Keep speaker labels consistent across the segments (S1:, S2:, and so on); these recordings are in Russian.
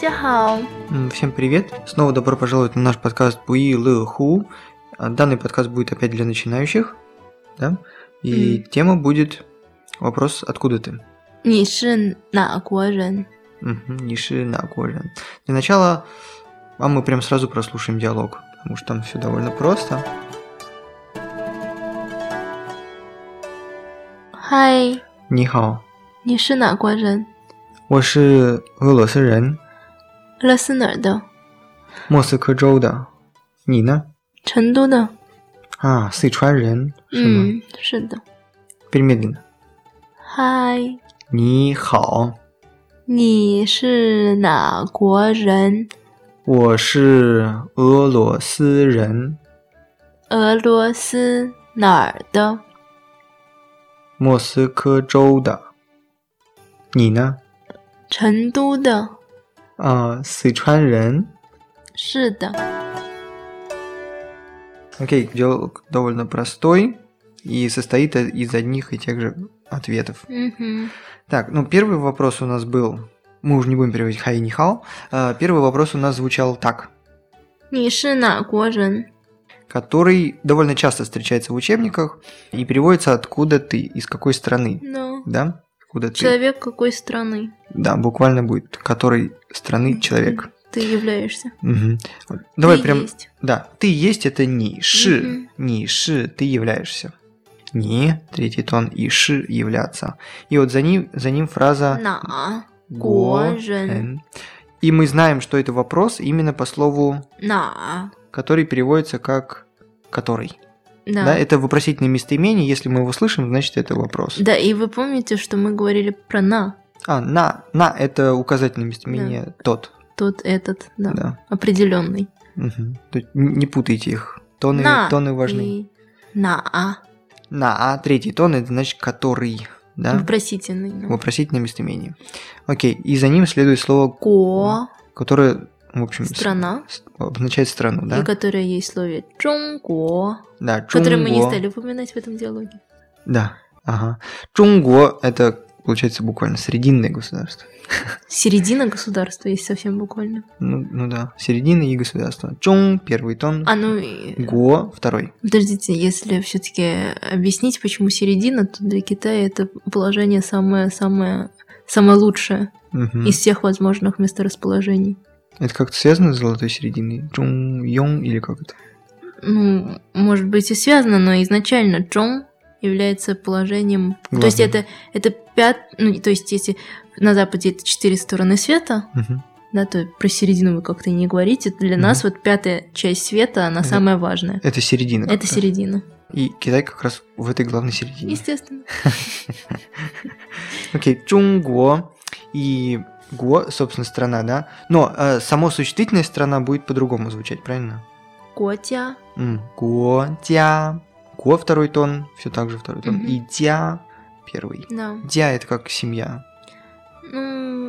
S1: 家好，
S2: М, Всем привет! Снова добро пожаловать на наш подкаст Буи Лы Ху. А, Данный подкаст будет опять для начинающих, да? И
S1: Мгм.
S2: тема будет вопрос «Откуда ты?»
S1: 你是哪国人？
S2: Мгм, Ниши Нагорин. Для начала, а мы прям сразу прослушаем диалог, потому что там все довольно просто.
S1: 嗨，
S2: Нихао,
S1: 你是哪国人？
S2: Ваши Рен,
S1: 俄罗斯哪儿的？
S2: Москва Джоуда. Нина.
S1: 成都的。
S2: А, Сычуан Рен.
S1: 嗯，是的。
S2: Теперь медленно.
S1: 嗨，
S2: Нихао.
S1: 你是哪国人？
S2: Ваши Рен.
S1: 俄罗斯哪儿的？
S2: 莫斯科州的。你呢？
S1: 成都的。
S2: 啊、四川人。
S1: 是的。
S2: Окей, диалог довольно простой и состоит о- из одних и тех же ответов.
S1: 嗯哼，
S2: Так, ну первый вопрос у нас был, мы уже не будем переводить хай и нихао, А, первый вопрос у нас звучал так,
S1: 你是哪国人？
S2: который довольно часто встречается в учебниках и переводится «откуда ты?», «из какой страны?»,
S1: No.
S2: да? «Откуда ты?»
S1: Человек какой страны
S2: Да, буквально будет «который страны человек?».
S1: ты являешься?
S2: Мгм. Давай
S1: Ты
S2: прям
S1: есть.
S2: Да, ты есть это не ши,
S1: Мгм.
S2: не ши, ты являешься. Не, третий тон, и ши являться. И вот за ним, за ним фраза
S1: На
S2: го-
S1: горен.
S2: эн. И мы знаем, что это вопрос именно по слову,
S1: на
S2: который переводится как который.
S1: на
S2: Да, это вопросительное местоимение. Если мы его слышим, значит это вопрос.
S1: Да, и вы помните, что мы говорили про на.
S2: А, на, на это указательное местоимение тот.
S1: Тот этот, да,
S2: Да.
S1: определенный.
S2: Мгм. То есть н- не путайте их. Тоны,
S1: на
S2: тоны важны.
S1: и на,
S2: На, а третий тон это значит который. Да?
S1: вопросительный. ну.
S2: вопросительное местоимение. Окей, и за ним следует слово,
S1: Го,
S2: которое, в общем, с-
S1: Страна.
S2: с- обозначает страну, да?
S1: и которое есть в слове Чунго,
S2: Да,
S1: которое мы не
S2: «чунго».
S1: стали упоминать в этом диалоге.
S2: Да, ага. Чунго – это, получается, буквально срединное государство.
S1: Середина государства есть совсем буквально.
S2: Ну, ну да, середина и государство. Чун – первый тон,
S1: А ну и...
S2: го – второй.
S1: Подождите, если все-таки объяснить, почему середина, то для Китая это положение самое-самое самое лучшее
S2: Мгм.
S1: из всех возможных месторасположений.
S2: Это как-то связано с золотой серединой? Чун, йон или как это?
S1: ну, может быть и связано, но изначально Чон является положением... То есть
S2: Главным.
S1: это, это пят... Ну, то есть если на Западе это четыре стороны света,
S2: Мгм.
S1: да, то про середину вы как-то и не говорите. Для
S2: Мгм.
S1: нас вот пятая часть света, она
S2: Это-
S1: самая важная.
S2: Это середина.
S1: Это
S2: как-то.
S1: середина.
S2: И Китай как раз в этой главной середине.
S1: Естественно.
S2: Окей, Чунго и Го, собственно, страна, да? Но э, само существительное страна будет по-другому звучать, правильно?
S1: Котя.
S2: М, Го, тя. Го второй тон, все так же второй тон.
S1: Мгм.
S2: И тя первый.
S1: Да.
S2: Тя это как семья.
S1: Ну,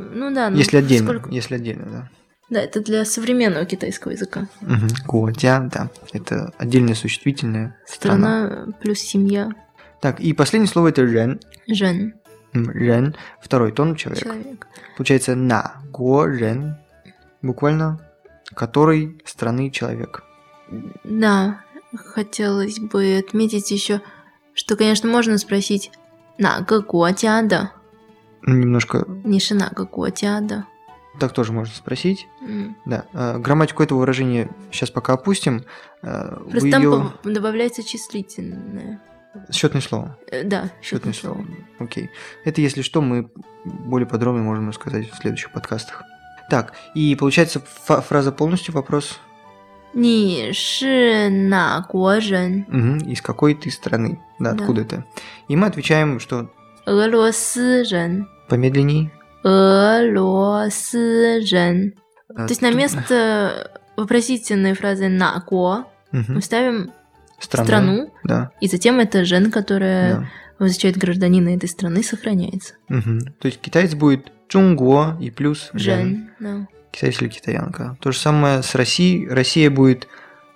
S1: ну да. ну,
S2: если отдельно,
S1: сколько-
S2: если отдельно,
S1: Да, это для современного китайского языка.
S2: да. Мгм. Го, тя, да. Это отдельное существительное. Страна.
S1: Страна, плюс семья.
S2: Так, и последнее слово это рен.
S1: Жен.
S2: М, Рен, второй тон человек.
S1: Человек.
S2: Получается на го рен, буквально который страны человек.
S1: Да, хотелось бы отметить еще, что, конечно, можно спросить, да?
S2: Немножко
S1: Не да?
S2: так тоже можно спросить. Да. э, Грамматику этого выражения сейчас пока опустим. Э, вы
S1: Просто там
S2: её-
S1: пов- добавляется числительное.
S2: Счетное слово.
S1: Э, Да, счетное
S2: Счетное слово.
S1: слово.
S2: Окей. Это если что, мы более подробно можем рассказать в следующих подкастах. Так, и получается фа- фраза полностью вопрос
S1: Ни ши на гуорен,
S2: мгм, из какой ты страны, да,
S1: Да.
S2: откуда ты. И мы отвечаем, что
S1: э ло си рен,
S2: помедленней.
S1: э ло си рен.
S2: э,
S1: То есть на место вопросительной фразы на го мы ставим
S2: страну.
S1: страну, Э.
S2: Да.
S1: и затем это жен, которая
S2: да.
S1: означает гражданина этой страны, сохраняется.
S2: Мгм. То есть китаец будет Чунго и плюс Жен.
S1: Жен, да.
S2: Китаец или китаянка. То же самое с Россией. Россия будет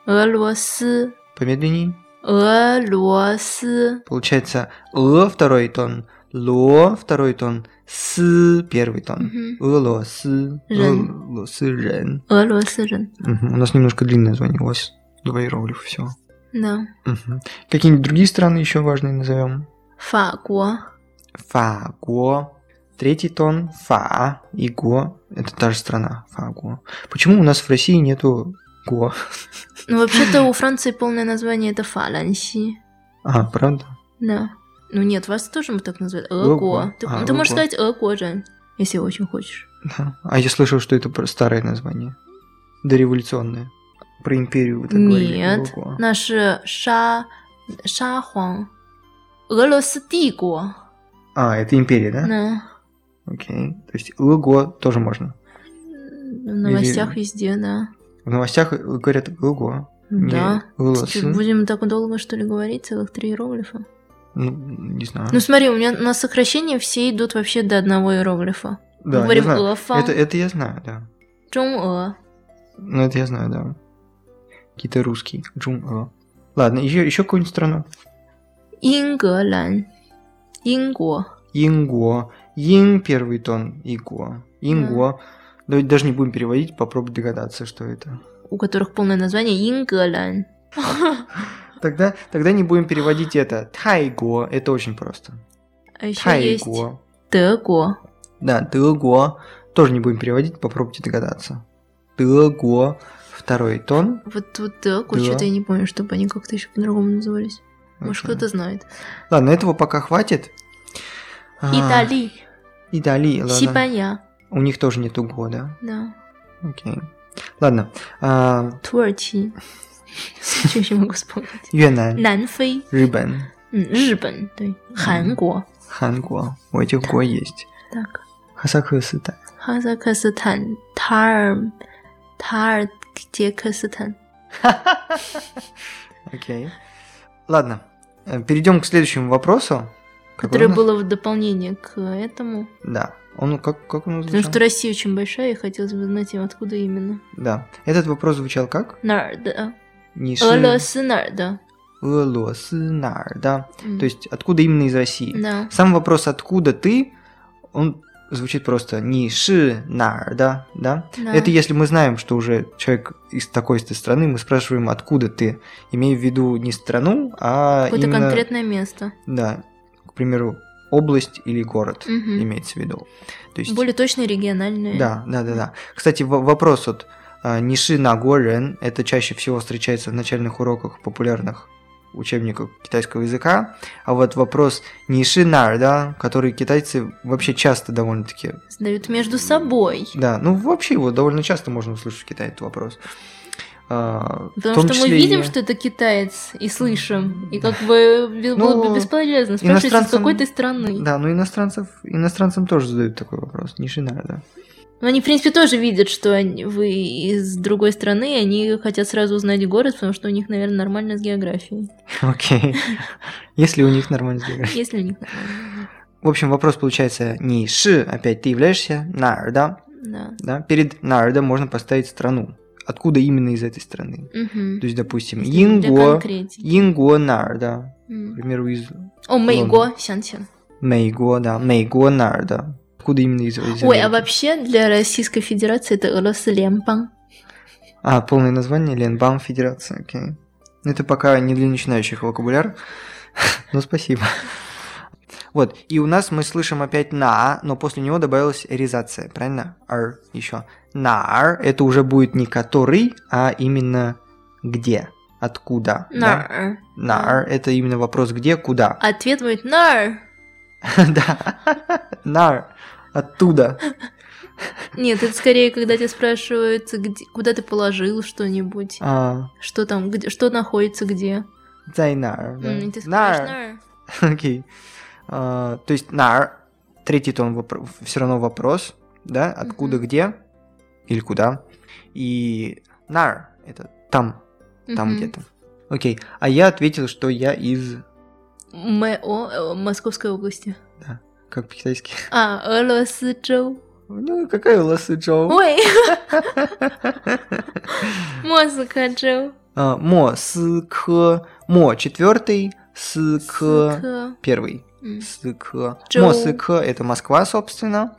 S1: 俄罗斯，
S2: помедленней.
S1: 俄罗斯，
S2: Получается, л второй тон, ло, второй тон, с, первый тон.
S1: Мгм.
S2: Ло, с,
S1: Рен.
S2: ло, с, рен.
S1: 俄罗斯人.
S2: Мгм. У нас немножко длинное звание, у вас два иероглифа всего.
S1: Да.
S2: Мгм. Какие-нибудь другие страны еще важные назовем?
S1: 法国.
S2: Фаго. Третий тон фа и го. Это та же страна. Фаго. Почему у нас в России нету го?
S1: Ну, вообще-то у Франции полное название это Фаланси.
S2: А, правда?
S1: Да. Ну нет, вас тоже мы так называют.
S2: Эго.
S1: Эго. Ты,
S2: А,
S1: ты можешь
S2: эго.
S1: сказать эго, Жень, если очень хочешь.
S2: Да. А я слышал, что это про- старое название. Дореволюционное. Про империю вот так говорили.
S1: Нет,
S2: Го.
S1: 那是沙沙皇，俄罗斯帝国。
S2: А, это империя, да?
S1: 那
S2: Окей. То есть лго тоже можно.
S1: в новостях везде, да.
S2: В новостях говорят лго. Не
S1: Да.
S2: «лос».
S1: Чё, Типа, Будем так долго, что ли, говорить, целых три иероглифа?
S2: Ну, не знаю.
S1: Ну смотри, у меня на сокращение все идут вообще до одного иероглифа.
S2: да,
S1: Мы
S2: я
S1: говорим
S2: знаю.
S1: «Лофан»,
S2: Это, это я знаю, да.
S1: «中俄»,
S2: Ну, это я знаю, да. Какие-то русские. Джун. О. Ладно, еще, еще какую-нибудь страну.
S1: 英格兰,英国,
S2: Инго. Ин первый тон. Иго. Инго. Давайте даже не будем переводить, попробуй догадаться, что это.
S1: у которых полное название 英格兰.
S2: Тогда, тогда не будем переводить это. Тайго. Это очень просто.
S1: А еще есть
S2: Тайго.
S1: 德国,
S2: Да, Дего. Тоже не будем переводить, попробуйте догадаться. Дего. Второй тон.
S1: Вот тут так,
S2: Да.
S1: что-то я не помню, чтобы они как-то еще по-другому назывались. Может,
S2: Окей.
S1: кто-то знает.
S2: Ладно, этого пока хватит. А,
S1: Италия,
S2: Италия, ладно.
S1: Сибая,
S2: У них тоже нету года.
S1: да,
S2: Окей. Ладно. А,
S1: Турция. Что еще могу вспомнить?
S2: Юньнань,
S1: 南非，
S2: Рыбан,
S1: 嗯，日本，对，韩国，
S2: Ханго. У этих го есть.
S1: 那个
S2: Хасакхасыта.
S1: 哈萨克斯坦、塔尔塔尔捷克斯坦。
S2: Окей. Ладно. Э, Перейдем к следующему вопросу. Какой
S1: которое
S2: у нас?
S1: было в дополнение к этому.
S2: Да. Он как, как он
S1: Потому
S2: звучал?
S1: что Россия очень большая, и хотелось бы знать, откуда именно.
S2: Да. Этот вопрос звучал как?
S1: 哪儿的？
S2: Ниши.
S1: 俄罗斯哪儿的？
S2: да.
S1: М,
S2: То есть откуда именно из России?
S1: да.
S2: Сам вопрос «откуда ты?» он звучит просто «ниши нар», да? да?
S1: Да.
S2: Это если мы знаем, что уже человек из такой-то страны, мы спрашиваем «откуда ты?», имея в виду не страну, а
S1: Какое-то
S2: именно,
S1: конкретное место.
S2: да, к примеру, область или город
S1: Мгм.
S2: имеется в виду. То есть,
S1: Более точно региональные.
S2: Да, да, да, да. Кстати, в- вопрос вот а, «ниши на горен» это чаще всего встречается в начальных уроках популярных учебников китайского языка, а вот вопрос «ниши нар», да, который китайцы вообще часто довольно-таки
S1: Сдают между собой.
S2: да, ну вообще его довольно часто можно услышать в Китае этот вопрос. А, в
S1: Потому
S2: том
S1: что мы
S2: числе и
S1: видим, что это китаец, и слышим. И как бы бе-
S2: Ну,
S1: было бы бесполезно спрашивать, из
S2: иностранцам-
S1: какой ты страны.
S2: Да, но иностранцев, иностранцам тоже задают такой вопрос. Нишина, да.
S1: Но они, в принципе, тоже видят, что они- вы из другой страны, и они хотят сразу узнать город, потому что у них, наверное, нормально с географией.
S2: Окей. Если у них нормально сбегает.
S1: Если у них нормально.
S2: В общем, вопрос получается ниши, опять ты являешься нар, да?
S1: Да.
S2: да? Перед нар, да, можно поставить страну. Откуда именно из этой страны?
S1: Мгм.
S2: То есть, допустим,
S1: Если для
S2: Инго,
S1: конкретики.
S2: Инго нар, да. К
S1: М.
S2: примеру, из
S1: О, Мэйго, Сянсен.
S2: Мэйго, да, Мэйго нар, да. Откуда именно из,
S1: Ой,
S2: из
S1: а
S2: Америки?
S1: вообще для Российской Федерации это Лос-Лемпан.
S2: А, полное название Ленбам Федерация, окей. Ну, Это пока не для начинающих вокабуляр, но спасибо. Вот, и у нас мы слышим опять на, но после него добавилась эризация, правильно? Ар еще. Нар это уже будет не который, а именно где, откуда. да?
S1: Нар.
S2: Нар это именно вопрос где, куда.
S1: Ответ будет нар.
S2: Да. Нар. Оттуда.
S1: Нет, это скорее, когда тебя спрашивают, где- куда ты положил что-нибудь,
S2: А,
S1: что там, где, что находится где.
S2: Зайнар. да?
S1: М, и ты скажешь
S2: Нар.
S1: нар.
S2: Окей. А, То есть нар, третий тон все равно вопрос, да, откуда, где или куда. И нар это там, там
S1: Мгм.
S2: где-то. Окей. А я ответил, что я из,
S1: МО э, Московской области.
S2: как по-китайски,
S1: А, Олосычоу.
S2: ну какая лосычоу.
S1: Ой, Мосокачоу.
S2: А, Мо с к мо четвертый, с к
S1: Сыка.
S2: первый.
S1: М.
S2: Сык.
S1: Джоу.
S2: Мосык – это Москва, собственно.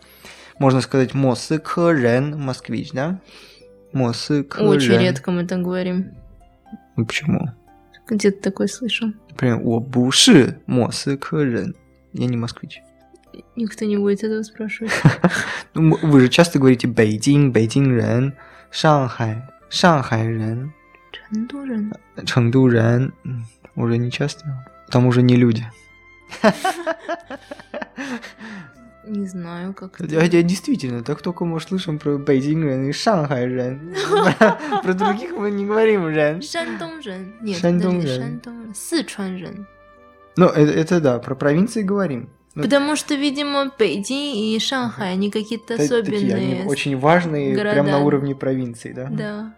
S2: Можно сказать Мосык, Рен, москвич, да? Мосык,
S1: Очень
S2: Рен.
S1: редко мы так говорим.
S2: Ну, Почему?
S1: Где-то такое слышал.
S2: Например, «Во буши Мосык, Рен. Я не москвич.
S1: Никто не будет этого спрашивать.
S2: Ну, м- Вы же часто говорите Бейдин, Бейдин, Рен, Шанхай, Шанхай, Рен,
S1: Чандурин.
S2: Чэнду, Рен. М, Уже не часто. Там уже не люди.
S1: Не знаю, как это.
S2: Хотя действительно, так только мы слышим про Бейдин Рен и Шанхай Рен. Про других мы не говорим Рен.
S1: Шандонжен. Нет,
S2: Шандонжен.
S1: подожди, Шандонжен. Сычуанжен.
S2: Ну, это, это да, про провинции говорим. Ну,
S1: Потому что, видимо, Пекин и Шанхай, они какие-то
S2: та- такие они
S1: особенные.
S2: очень важные, прям на
S1: города.
S2: уровне провинции, да?
S1: Да.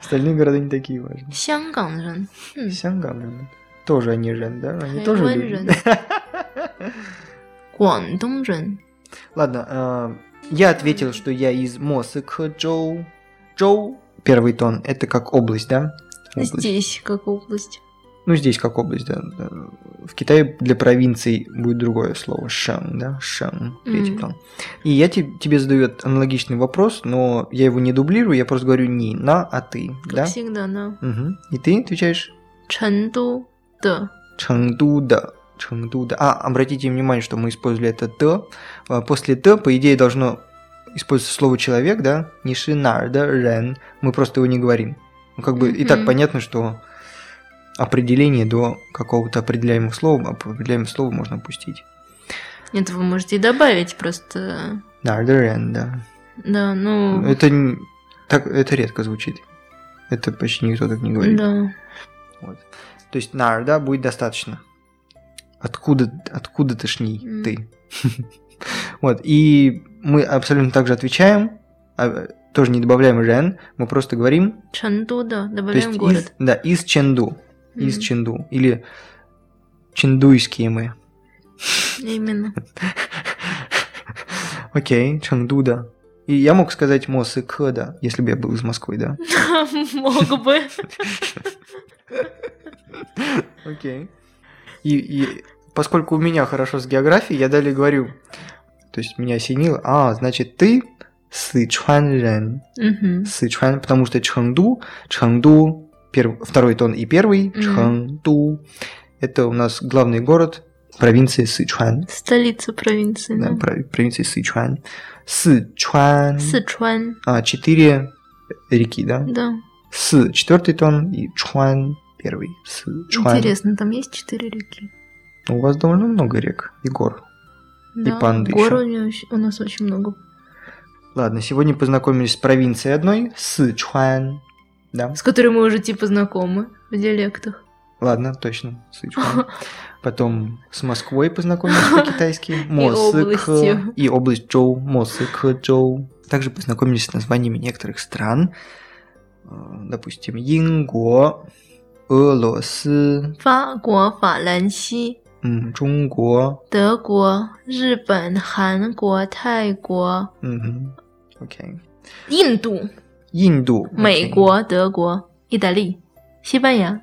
S2: Остальные города не такие важные.
S1: Шанганжен. Хм.
S2: Сянган, Рен. Тоже они Рен, да? Они
S1: Тайвань
S2: тоже люди.
S1: Гуандонжен.
S2: Ладно, э, я ответил, что я из Мосыкчжоу. Чжоу, первый тон, это как область, да? Область.
S1: Здесь как область.
S2: Ну, здесь как область, да. да. В Китае для провинций будет другое слово шэн, да, шэн, третий
S1: Мгм.
S2: тон. И я те- тебе задаю аналогичный вопрос, но я его не дублирую, я просто говорю не на, а ты,
S1: Как
S2: да?
S1: всегда, да.
S2: Мгм. И ты отвечаешь
S1: Чэнду да.
S2: Чэнду да. Чэнду да. А, обратите внимание, что мы использовали это т. А, После т, по идее, должно использоваться слово человек, да? Не шинар, да, рен. Мы просто его не говорим. Ну, как бы и так
S1: Мгм.
S2: понятно, что определение до какого-то определяемого слова, об определяемое слово можно опустить.
S1: Нет, вы можете и добавить просто.
S2: Нар, да, рен, да.
S1: Да, ну...
S2: Это, н- так, это редко звучит. Это почти никто так не говорит.
S1: Да.
S2: Вот. То есть нар, да, будет достаточно. Откуда, откуда ты ж ней,
S1: Мгм.
S2: ты. Вот, и мы абсолютно так же отвечаем, а, тоже не добавляем рен, мы просто говорим,
S1: Чэнду да.
S2: то
S1: Добавляем
S2: есть из,
S1: город.
S2: да, из Ченду, из
S1: М,
S2: Ченду, или чендуйские мы.
S1: Именно.
S2: Окей, Ченду, да. И я мог сказать Мосы да, если бы я был из Москвы, да?
S1: Мог бы.
S2: Окей. И, и поскольку у меня хорошо с географией, я далее говорю. То есть меня осенило. А, значит, ты сычуанрен.
S1: Мгм.
S2: Сычуан, потому что Чхэнду, Чхэнду, перв- второй тон и первый,
S1: Мгм.
S2: Чхэнду. Это у нас главный город провинции Сычуан.
S1: Столица провинции.
S2: Да,
S1: да.
S2: про- провинции Сычуан. Сычуан.
S1: Сычуан.
S2: А, четыре реки, да?
S1: Да.
S2: Сы, четвертый тон, и Чуан, первый. Сычуан.
S1: Интересно, там есть четыре реки?
S2: Ну, У вас довольно много рек и гор.
S1: Да,
S2: панды
S1: гор
S2: ещё.
S1: у неё щ- у нас очень много.
S2: Ладно, сегодня познакомились с провинцией одной, Сычуан. Да,
S1: С которой мы уже типа знакомы в диалектах.
S2: ладно, точно, Сычуан. Потом с Москвой познакомились по-китайски. Мосык
S1: областью.
S2: и область Джоу, Мосык Джоу. Также познакомились с названиями некоторых стран. Э, Допустим, Инго, Элосы,
S1: 法国、法兰西、
S2: Чунго.
S1: 德国、日本、韩国、泰国、
S2: Окей.
S1: 印度、
S2: Инду. окей.
S1: 美国、德国、意大利、西班牙。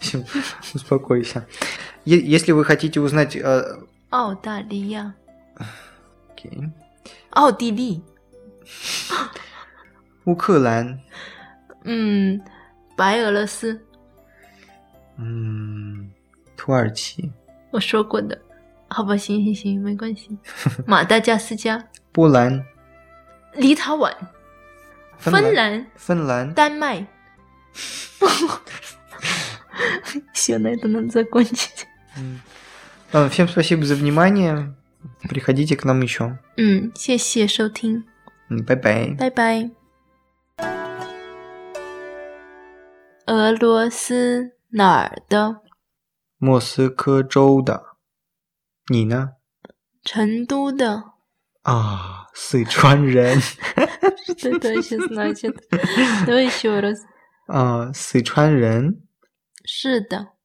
S2: Всё, Успокойся. Е- Если вы хотите узнать... э,
S1: 澳大利亚、
S2: Окей.
S1: 奥地利，
S2: 乌克兰，
S1: 嗯，白俄罗斯，
S2: 嗯，土耳其，
S1: 我说过的。好吧，行行行，没关系。马达加斯加、
S2: 波兰，
S1: 立陶宛、
S2: 芬
S1: 芬
S2: 兰，
S1: 兰、
S2: 芬兰，
S1: 丹麦。все, на этом надо закончить.
S2: 嗯，嗯，всем спасибо за внимание, приходите к нам еще,
S1: 嗯，谢谢收听，
S2: 嗯，拜拜。
S1: 拜拜。俄罗斯哪儿的？
S2: 莫斯科州的，你呢？
S1: 成都的。
S2: 啊，四川人
S1: Что это вообще значит? Давай еще раз.
S2: 啊，四川人，
S1: 是的，